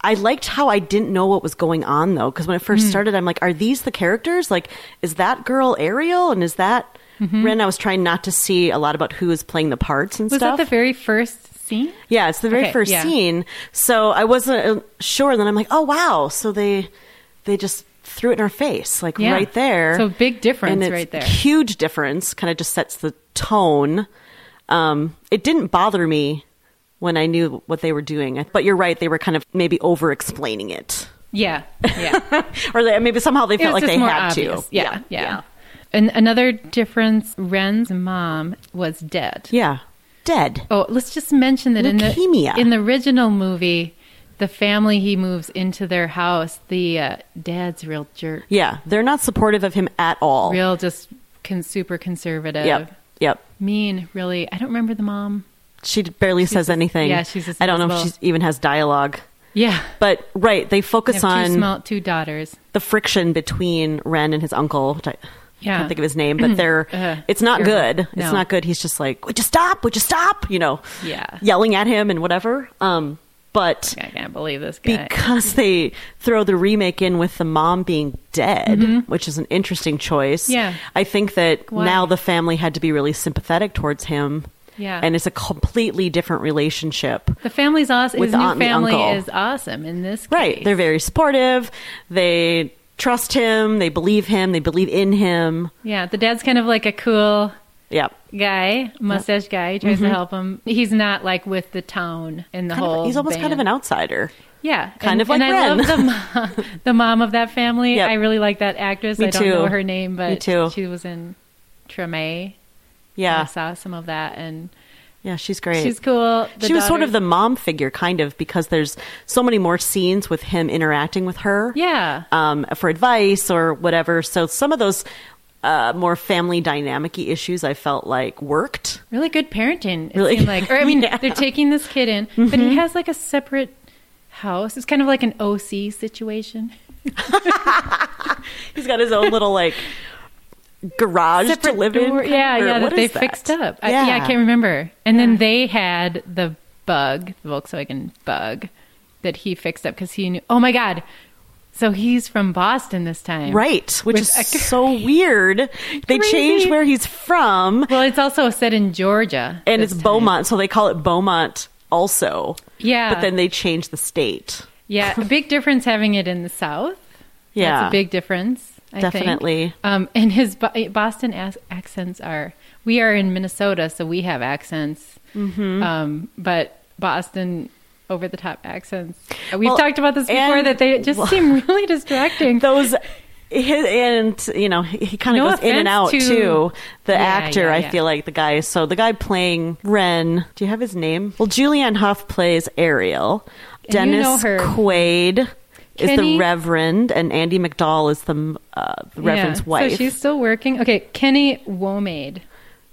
I liked how I didn't know what was going on though. Because when it Hmm. first started, I'm like, are these the characters? Like, is that girl Ariel and is that Ren? I was trying not to see a lot about who is playing the parts and Mm-hmm. was stuff. that the very first scene? Yeah, it's the very Okay, first yeah. scene. So I wasn't uh, sure. Then I'm like, oh wow. So they they just threw it in our face, like Yeah. right there. So big difference And it's right there. Huge difference. Kind of just sets the tone. Um, it didn't bother me when I knew what they were doing, but you're right. They were kind of maybe over explaining it, Yeah, yeah. or they, maybe somehow they it was felt like just they more had obvious. to. Yeah, yeah. And another difference: Ren's mom was dead. yeah. Dead. Oh, let's just mention that Leukemia. in the in the original movie, the family he moves into their house, the uh, dad's real jerk, Yeah, they're not supportive of him at all. real just con- super conservative, Yep. Yep. mean. Really, I don't remember the mom. She barely says anything. yeah, she's just I don't know if invisible. she even has dialogue. Yeah. But right, they I have focus two on small two daughters. the friction between Ren and his uncle. Which I Yeah. can't think of his name, but they're Uh, it's not terrible. good. No. It's not good. He's just like, would you stop? Would you stop? You know, Yeah. yelling at him and whatever. Um, but I can't believe this guy. because they throw the remake in with the mom being dead, which is an interesting choice. Mm-hmm. Yeah. I think that Why? now the family had to be really sympathetic towards him. Yeah. And it's a completely different relationship. the family's awesome. With His the new aunt and family uncle. is awesome in this case. Right. They're very supportive. They trust him. They believe him. They believe in him. yeah. The dad's kind of like a cool Yeah. guy, mustache guy. He tries to help him. He's not like with the town and the Mm-hmm. Kind of- whole. he's almost kind of band. an outsider. Yeah, Kind and, of like and I Ren. love the mom, the mom of that family. Yep. I really like that actress. Me I don't too. know her name, but Me too. she was in Treme. I Yeah. saw some of that, and Yeah, she's great. she's cool. The she was sort of the daughter- mom figure, kind of, because there's so many more scenes with him interacting with her. yeah, um, for advice or whatever. So some of those uh, more family dynamic issues I felt like worked. really good parenting. It Really- seemed like, or I mean, Yeah. Mm-hmm. they're taking this kid in, but he has like a separate house. It's kind of like an OC situation. He's got his own little like garage to live Door- in. yeah, Or yeah, what that they is fixed up. I, yeah. I can't remember. And then they had the bug, the Volkswagen bug, that he fixed up because he knew. Oh my god! So he's from Boston this time, Right, which With is a- so weird. They Crazy. changed where he's from, Well, it's also set in Georgia, and this time. it's Beaumont, so they call it Beaumont also. Yeah, But then they changed the state. yeah, a big difference having it in the South. Yeah, That's a big difference. I think. Definitely. Um, and his Bo- Boston ac- accents are. We are in Minnesota, so we have accents. Mm-hmm. Um, but Boston over the top accents. We've Well, talked about this before and- that they just seem really distracting. those his, and you know he kind of No goes in offense and out to- too the Yeah, actor yeah, i yeah. feel like the guy so the guy playing ren do you have his name well julianne hough plays ariel And you know dennis her. quaid is Kenny- the reverend and andy mcdowell is the, uh, the reverend's Yeah, wife So she's still working. Okay, Kenny Womade.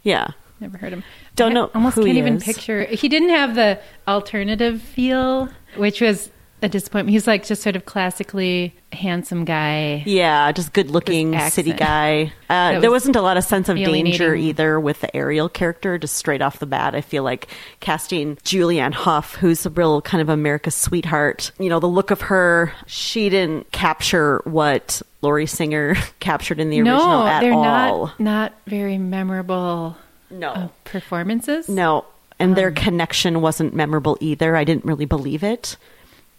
yeah Never heard him. Don't I know Almost who can't he even is. picture. He didn't have the alternative feel, which was a disappointment. He's like just sort of classically handsome guy. yeah just good looking His city accent. guy uh, That there was wasn't a lot of sense of danger alienating. either with the ariel character just straight off the bat i feel like casting julianne hough who's a real kind of america's sweetheart you know the look of her she didn't capture what Lori Singer captured in the original no, at they're all. not not very memorable No. uh, performances. No. And their Um. connection wasn't memorable either. I didn't really believe it.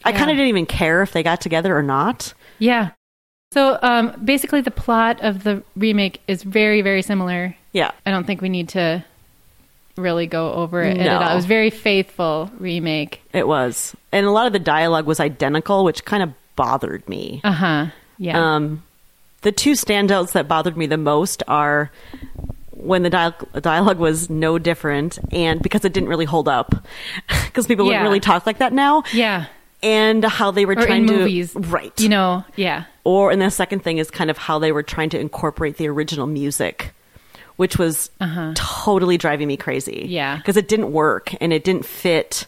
I Yeah. kind of didn't even care if they got together or not. Yeah. So um, basically, the plot of the remake is very very similar. Yeah. I don't think we need to really go over it No. at all. It was a very faithful remake. It was. And a lot of the dialogue was identical, which kind of bothered me. Uh huh. Yeah. Um, the two standouts that bothered me the most are when the dial- dialogue was no different and because it didn't really hold up because people Yeah. wouldn't really talk like that now yeah. and how they were Or in trying to movies, right You know. Yeah. or and the second thing is kind of how they were trying to incorporate the original music which was totally driving me crazy Uh-huh. Yeah. because it didn't work and it didn't fit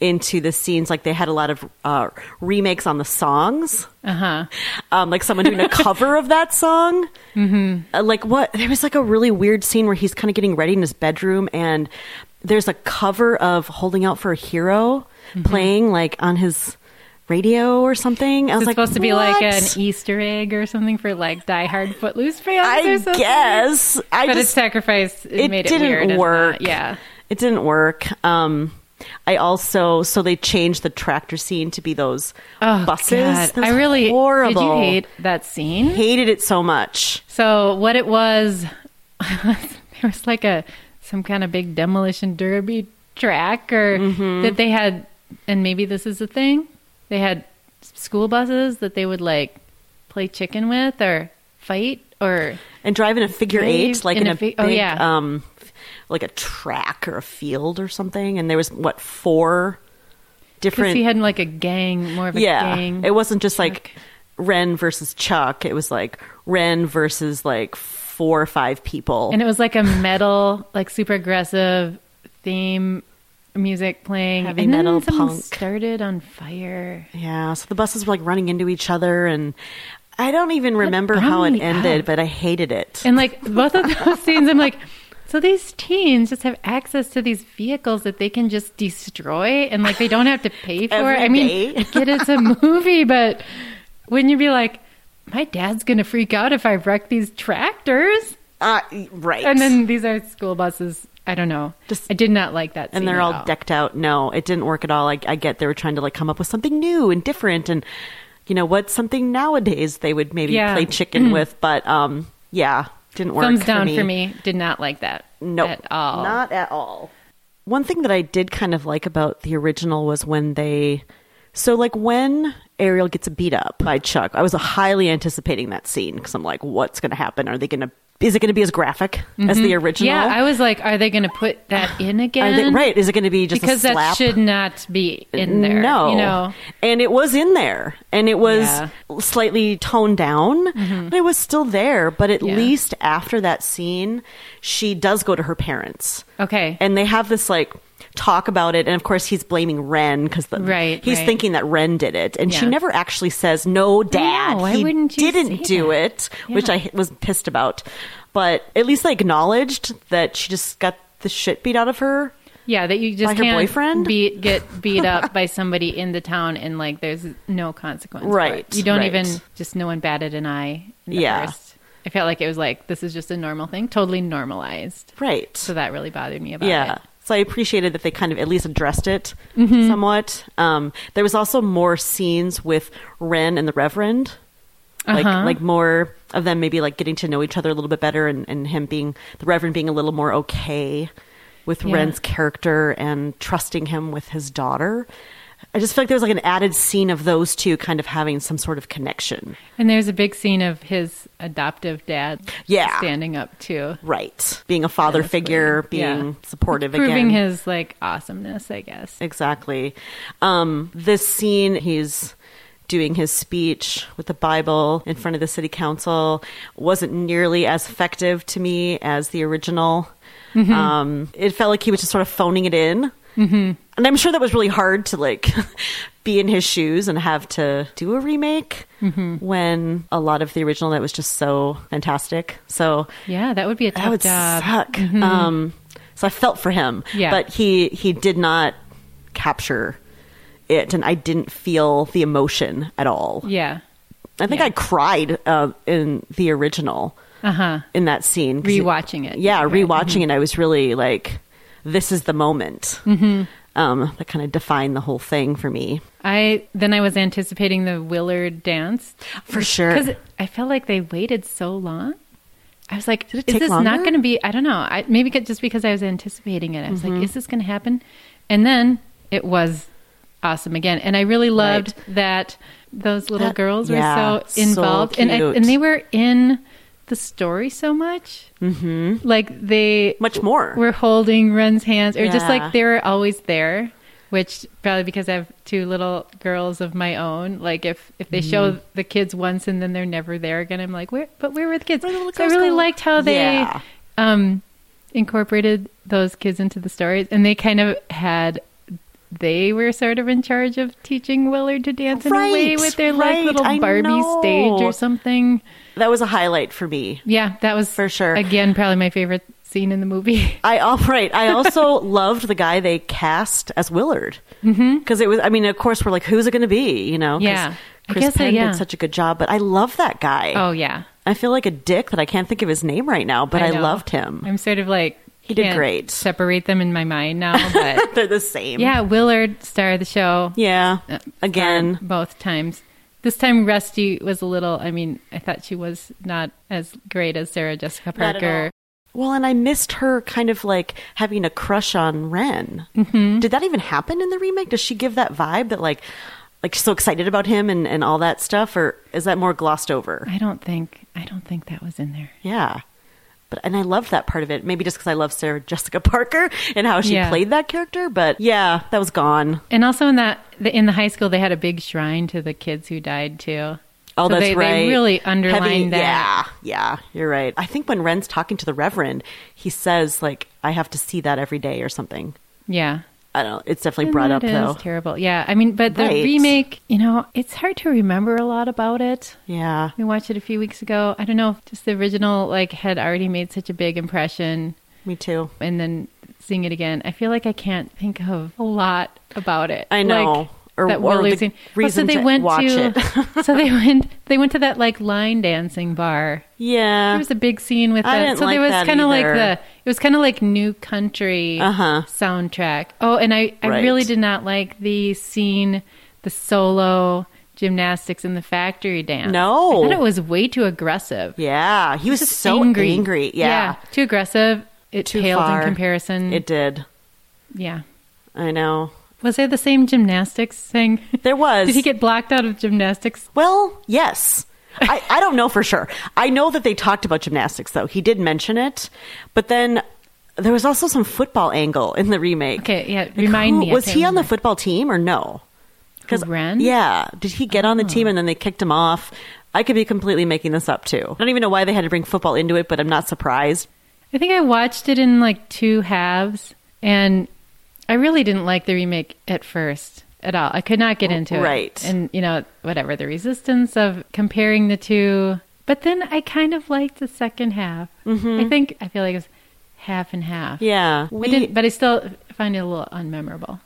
into the scenes like they had a lot of uh, remakes on the songs Uh huh. um, like someone doing a cover of that song. Mm-hmm. like what? There was like a really weird scene where he's kind of getting ready in his bedroom, and there's a cover of "Holding Out for a Hero" Mm-hmm. playing like on his radio or something. I was It's like, supposed to be like "What?" an Easter egg or something for like diehard Footloose fans. or I something. guess I but it's just sacrificed. It, it made it didn't weird and not- work. yeah. it didn't work. Um, I also so they changed the tractor scene to be those buses. Oh, God. That I was really horrible. Did you hate that scene? hated it so much. So what it was, there was like a some kind of big demolition derby track, or Mm-hmm. that they had, and maybe this is a thing. They had school buses that they would like play chicken with, or fight, or and drive in a figure Drive eight, like in in, a a, fi- big, oh, yeah. um, like a track or a field or something. And there was what four because different, he had like a gang, more of a yeah. gang. It wasn't just like Chuck. Ren versus Chuck. It was like Ren versus like four or five people. and it was like a metal, like super aggressive theme music playing. Heavy and metal, then something punk. started on fire. Yeah, so the buses were like running into each other, and I don't even remember how bummed it me ended, out. but I hated it. And like both of those scenes, I'm like, so these teens just have access to these vehicles that they can just destroy and like they don't have to pay for. it. Every I mean, day. I get it's a movie, but wouldn't you be like, my dad's gonna freak out if I wreck these tractors? Uh, right. And then these are school buses. I don't know. Just- I did not like that. and scene they're at all all decked out. No, it didn't work at all. I, I get they were trying to like come up with something new and different, and you know what's something nowadays they would maybe Yeah. Mm-hmm. play chicken with, but um, yeah, didn't work. Thumbs down for me. Did not like that. No, at all. Not at all. One thing that I did kind of like about the original was when they. So, like, when Ariel gets beat up by Chuck, I was highly anticipating that scene because I'm like, what's going to happen? Are they going to. Is it going to be as graphic as the original? Mm-hmm. yeah, I was like, are they going to put that in Are again? they, right. Is it going to be just Because a slap? that should not be in there. No. You know? And it was in there. And it was Yeah. Mm-hmm. slightly toned down, but it was still there. But at Yeah. least after that scene, she does go to her parents. Okay. And they have this like talk about it. And of course, he's blaming Ren because Right, he's right. thinking that Ren did it. And she Yeah. never actually says, No, dad, No, why he wouldn't you didn't say do that?" it, which Yeah. I was pissed about. But at least I acknowledged that she just got the shit beat out of her. yeah, that you just By her can't boyfriend? beat get beat up by somebody in the town and like there's no consequence. for it. Right, You don't right. even just no one batted an eye. In the Yeah. First. I felt like it was like this is just a normal thing, totally normalized. Right. So that really bothered me about yeah. it. So I appreciated that they kind of at least addressed it Mm-hmm. somewhat. Um, there was also more scenes with Ren and the Reverend, like Uh-huh. like more of them maybe like getting to know each other a little bit better, and, and him being the Reverend being a little more okay with Yeah. Ren's character and trusting him with his daughter. I just feel like there was like an added scene of those two kind of having some sort of connection. And there's a big scene of his adoptive dad Yeah. standing up too. Right. Being a father That's figure, weird. being Yeah. supportive Proving again. his like awesomeness, I guess. Exactly. Um, this scene, he's doing his speech with the Bible in front of the city council, wasn't nearly as effective to me as the original. Um, it felt like he was just sort of phoning it in. Mm-hmm. And I'm sure that was really hard to like be in his shoes and have to do a remake when a lot of the original that was just so fantastic. So Yeah, that would be a that tough would job. suck. Um, so I felt for him, Yeah. but he he did not capture it, and I didn't feel the emotion at all. Yeah. I think yeah. I cried uh, in the original Uh huh. in that scene, 'cause Rewatching it. Yeah, Right. rewatching it, I was really like, "This is the moment." Mm-hmm. Um, that kind of defined the whole thing for me, I then I was anticipating the Willard dance for sure. because I felt like they waited so long. I was like, Did it is take this longer? not going to be? I don't know. I, maybe c- just because I was anticipating it, I was Mm-hmm. like, is this going to happen? And then it was awesome again. And I really loved that those little That- girls were yeah, so so involved, and I, cute. and they were in the story so much. Mm-hmm. Like they Much more. were holding Ren's hands, or just Yeah. like they were always there. Which probably because I have two little girls of my own. Like if if they Mm-hmm. show the kids once and then they're never there again, I'm like, where? But where were the kids? Where the little so I girls really go? liked how they Yeah. um, incorporated those kids into the stories, and they kind of had. They were sort of in charge of teaching Willard to dance in a way Right, with their right, like little I Barbie know. stage or something. that was a highlight for me. Yeah, that was For sure. Again, probably my favorite scene in the movie. I all right. I also loved the guy they cast as Willard because it was. I mean, of course, we're like, who's it going to be? You know? 'Cause Mm-hmm. Yeah. I Chris guess so, Penn yeah. did such a good job, but I love that guy. Oh yeah, I feel like a dick that I can't think of his name right now, but I, know. loved him. I'm sort of like He did can't great. Separate them in my mind now, but They're the same. yeah, Willard star of the show Yeah. um, Again, both times. This time Rusty was a little. I mean, I thought she was not as great as Sarah Jessica Not at Parker. well, and I missed her kind of like having a crush on Ren. Mm-hmm. Did that even happen in the remake? Does she give that vibe that like, like she's so excited about him and and all that stuff, or is that more glossed over? I don't think. I don't think that was in there. Yeah. But and I love that part of it. Maybe just because I love Sarah Jessica Parker and how she Yeah. played that character. But yeah, that was gone. And also in that the, in the high school, they had a big shrine to the kids who died too. Oh, So that's they, right. They really underlined that. Yeah, yeah, you're right. I think when Ren's talking to the Reverend, he says like, "I have to see that every day" or something. Yeah. I don't. It's definitely brought up That is though. terrible. Yeah, I mean, but the Right. remake, you know, it's hard to remember a lot about it. Yeah. We watched it a few weeks ago. I don't know, just the original like had already made such a big impression, Me too. and then seeing it again, I feel like I can't think of a lot about it. I Like, know. Or- that or Willow the scene. reason well, so they to went watch to, so they went. They went to that like line dancing bar. Yeah. There was a big scene with I that. didn't so there like was that kind of like either. the it was kind of like new country Uh-huh. soundtrack. Oh, and I I Right. really did not like the scene, the solo gymnastics in the factory dance. No. I thought it was way too aggressive. yeah. He was Just so angry. Yeah. too aggressive. It Too paled far. in comparison. It did. yeah. I know. Was there the same gymnastics thing? There was. Did he get blocked out of gymnastics? Well, yes. I, I don't know for sure. I know that they talked about gymnastics, though. He did mention it. But then there was also some football angle in the remake. Okay, yeah. Remind Who- me. I Was can't he on the remember. football team or no? Who Oh. ran? Yeah. Did he get on the team and then they kicked him off? I could be completely making this up, too. I don't even know why they had to bring football into it, but I'm not surprised. I think I watched it in like two halves, and I really didn't like the remake at first at all. I could not get into Right. it. And, you know, whatever, the resistance of comparing the two. But then I kind of liked the second half. I think, I feel like it was half and half. Mm-hmm. Yeah. I didn't, but I still find it a little unmemorable.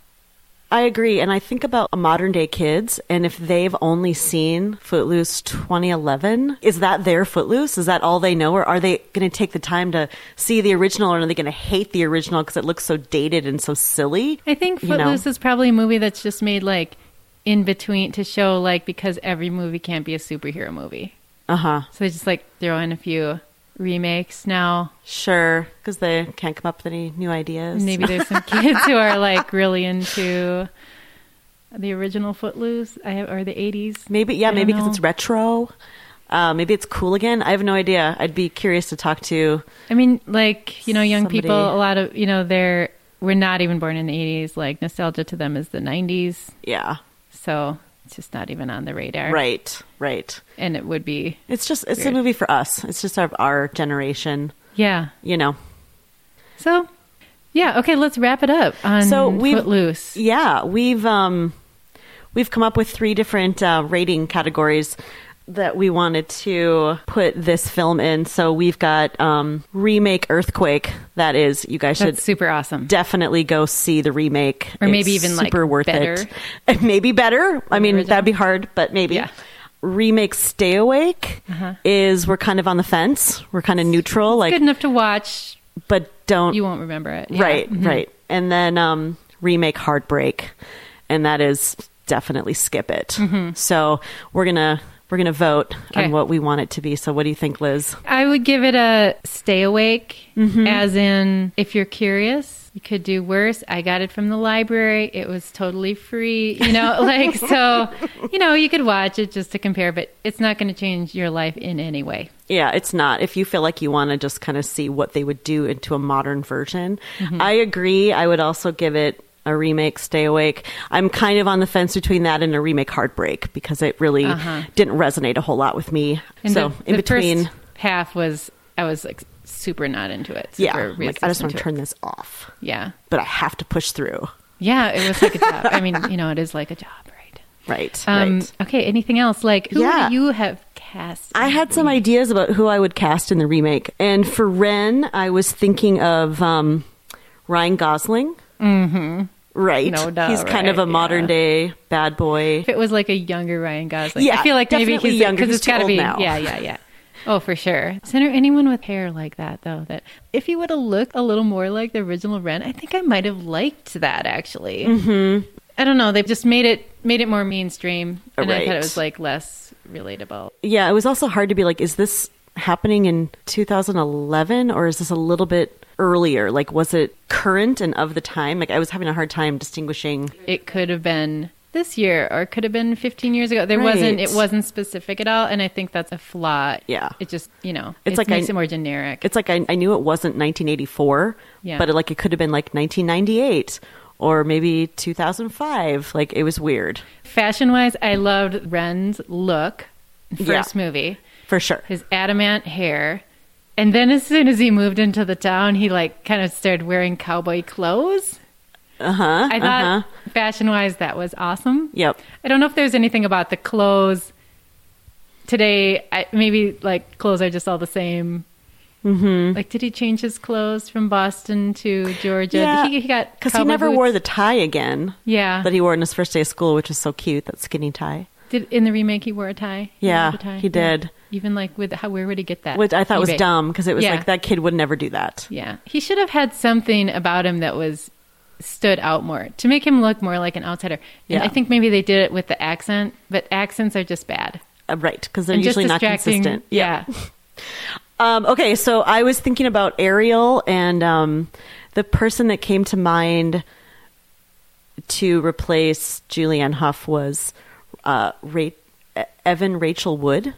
I agree. And I think about modern day kids, and if they've only seen Footloose 2011, is that their Footloose? Is that all they know? Or are they going to take the time to see the original, or are they going to hate the original because it looks so dated and so silly? I think You know. Footloose is probably a movie that's just made like in between to show like because every movie can't be a superhero movie. Uh huh. So they just like throw in a few remakes now. Sure. Because they can't come up with any new ideas. Maybe there's some kids who are like really into the original Footloose I have, or the 80s. Maybe, yeah, I don't maybe because know. it's retro. Uh, maybe it's cool again. I have no idea. I'd be curious to talk to. I mean, like, you know, young Somebody- people, a lot of, you know, they're, we're not even born in the 80s. Like, nostalgia to them is the 90s. Yeah. So it's just not even on the radar. Right. Right. And it would be, It's just, it's Weird. a movie for us. It's just our, our generation, yeah. you know. So, yeah. Okay. Let's wrap it up on so we've Mm, Footloose. Yeah, we've um, we've come up with three different uh, rating categories that we wanted to put this film in. So we've got um, remake earthquake. That is, you guys should That's super awesome. definitely go see the remake, Or maybe It's even, like, super worth better. it. Maybe better. I mean, original. that'd be hard, but maybe. Yeah. Uh-huh. Remake Stay Awake is we're kind of on the fence. We're kind of neutral, like, Good enough to watch. but don't You won't remember it. Yeah. Right, right. And then um, remake Heartbreak, and that is definitely skip it. So we're gonna we're gonna vote Okay. on what we want it to be. So what do you think, Liz? I would give it a stay awake, Mm-hmm. as in, if you're curious, you could do worse. I got it from the library. It was totally free, you know, like, so, you know, you could watch it just to compare, but it's not going to change your life in any way. Yeah, it's not. If you feel like you want to just kind of see what they would do into a modern version, I agree. I would also give it a remake Stay Awake. I'm kind of on the fence between that and a remake Heartbreak because it really didn't resonate a whole lot with me. And so the, in the first between, half was, I was like super not into it. yeah, super I'm like I resistant just want to it. turn this off, Yeah. but I have to push through. Yeah. It was like a job. I mean, you know, it is like a job, right? Right. Um, right. Okay. Anything else? Like, who Yeah. do you have cast? I had some ideas about who I would cast in the remake, and for Ren, I was thinking of um, Ryan Gosling. Mm-hmm. Right, No doubt, he's kind of right, a modern yeah. day bad boy. If it was like a younger Ryan Gosling, Yeah, I feel like maybe definitely he's younger. because He's it's too got to old be. now. Yeah, yeah, yeah. Oh, for sure. Is there anyone with hair like that though? That if he would have looked a little more like the original Ren, I think I might have liked that actually. Mm-hmm. I don't know. They've just made it made it more mainstream, and I thought Uh, Right. it was like less relatable. Yeah, it was also hard to be like, is this happening in 2011 or is this a little bit earlier? Like, was it current and of the time? Like, I was having a hard time distinguishing. It could have been this year, or it could have been 15 years ago. There wasn't. Right. It wasn't specific at all, and I think that's a flaw. Yeah. It just you know, It's it like I- makes it more generic. It's like I, I knew it wasn't 1984, Yeah. but like it could have been like 1998 or maybe 2005. Like, it was weird. Fashion wise, I loved Ren's look in Yeah. first movie, For sure. his adamant hair. And then as soon as he moved into the town, he like kind of started wearing cowboy clothes. Uh-huh, I thought fashion wise that was awesome. Yep. I don't know if there's anything about the clothes today. I, maybe like clothes are just all the same. Mm-hmm. Like, did he change his clothes from Boston to Georgia? he, he got because he cowboy never boots. wore the tie again yeah. that he wore on his first day of school, which is so cute. That skinny tie, did in the remake he wore a tie. He Yeah, wore the tie. he did. Even like with how where would he get that? which I thought was eBay. dumb because it was Yeah. like that kid would never do that. Yeah, he should have had something about him that was stood out more to make him look more like an outsider. And Yeah. I think maybe they did it with the accent, but accents are just bad. Uh, right, because they're And just usually not distracting. consistent. Yeah. Um, okay, so I was thinking about Ariel, and um, the person that came to mind to replace Julianne Hough was uh, Ra- E- Evan Rachel Wood.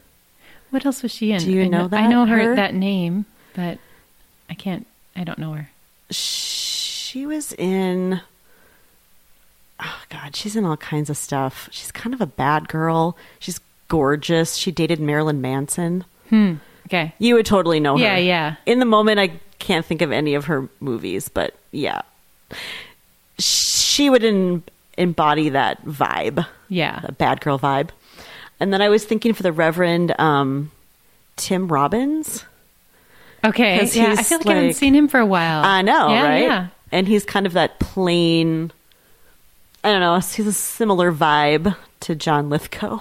What else was she in? Do you I know I that, know her, her? that name, but I can't. I don't know her. She was in. Oh God, she's in all kinds of stuff. She's kind of a bad girl. She's gorgeous. She dated Marilyn Manson. Hmm. Okay. You would totally know her. Yeah, yeah. In the moment, I can't think of any of her movies, but yeah, she would en- embody that vibe, Yeah. the bad girl vibe. And then I was thinking for the Reverend um, Tim Robbins. Okay. Uh, 'Cause Yeah. I he's feel like, I haven't like- seen him for a while. I know, Yeah, right? Yeah. And he's kind of that plain. I don't know. He's a similar vibe to John Lithgow.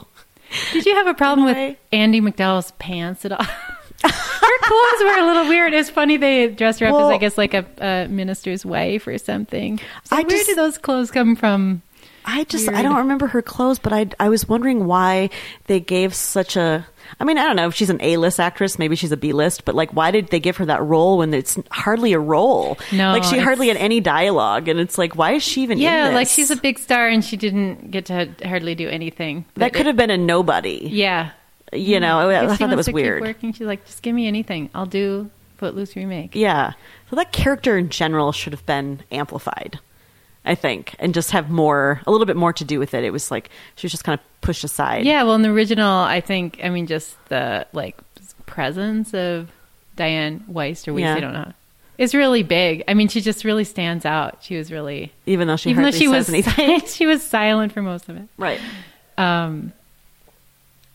Did you have a problem with Anyway. Andy McDowell's pants at all? her clothes were a little weird. It's funny they dressed her up as, I Well- guess, like a, a minister's wife or something. So I where just- do those clothes come from? I just I Weird. don't remember her clothes, but I I was wondering why they gave such a. I mean, I don't know if she's an A-list actress, maybe she's a B-list, but like, why did they give her that role when it's hardly a role? No, like she it's- hardly had any dialogue, and it's like, why is she even? in Yeah, like this? she's a big star and she didn't get to hardly do anything. But That could it- have been a nobody. Yeah. You know, I- I, If she thought that wants was to keep weird. working, she's like, just give me anything. I'll do Footloose remake. Yeah, so that character in general should have been amplified, I think, and just have more, a little bit more to do with it. It was like she was just kind of pushed aside. Yeah, well, in the original, I think, I mean, just the like presence of Diane Weist or Weiss, Yeah. I don't know, is really big. I mean, she just really stands out. She was really, even though she even though hardly she was, says anything. she was silent for most of it. Right. Um,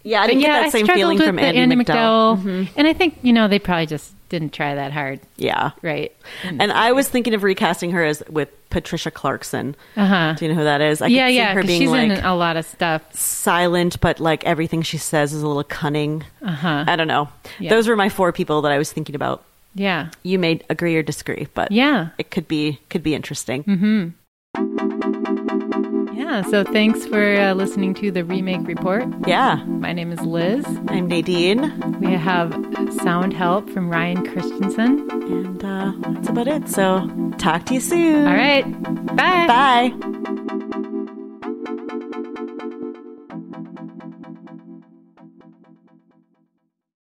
Yeah, but I didn't yeah, get I that same struggled feeling with from the Andy, McDowell. Mm-hmm. McDowell, and I think you know they probably just didn't try that hard, Yeah. right? And I was thinking of recasting her as with Patricia Clarkson. uh huh, Do you know who that is? I yeah, could see yeah, her 'cause being she's like in a lot of stuff. silent, but like everything she says is a little cunning. Uh huh, I don't know. Yeah. Those were my four people that I was thinking about. yeah, You may agree or disagree, but yeah. Mm-hmm. it could be could be interesting. Yeah, so thanks for uh, listening to the Remake Report. Yeah. My name is Liz. I'm Nadine, We have sound help from Ryan Christensen. and uh, that's about it. So talk to you soon. All right. Bye. Bye.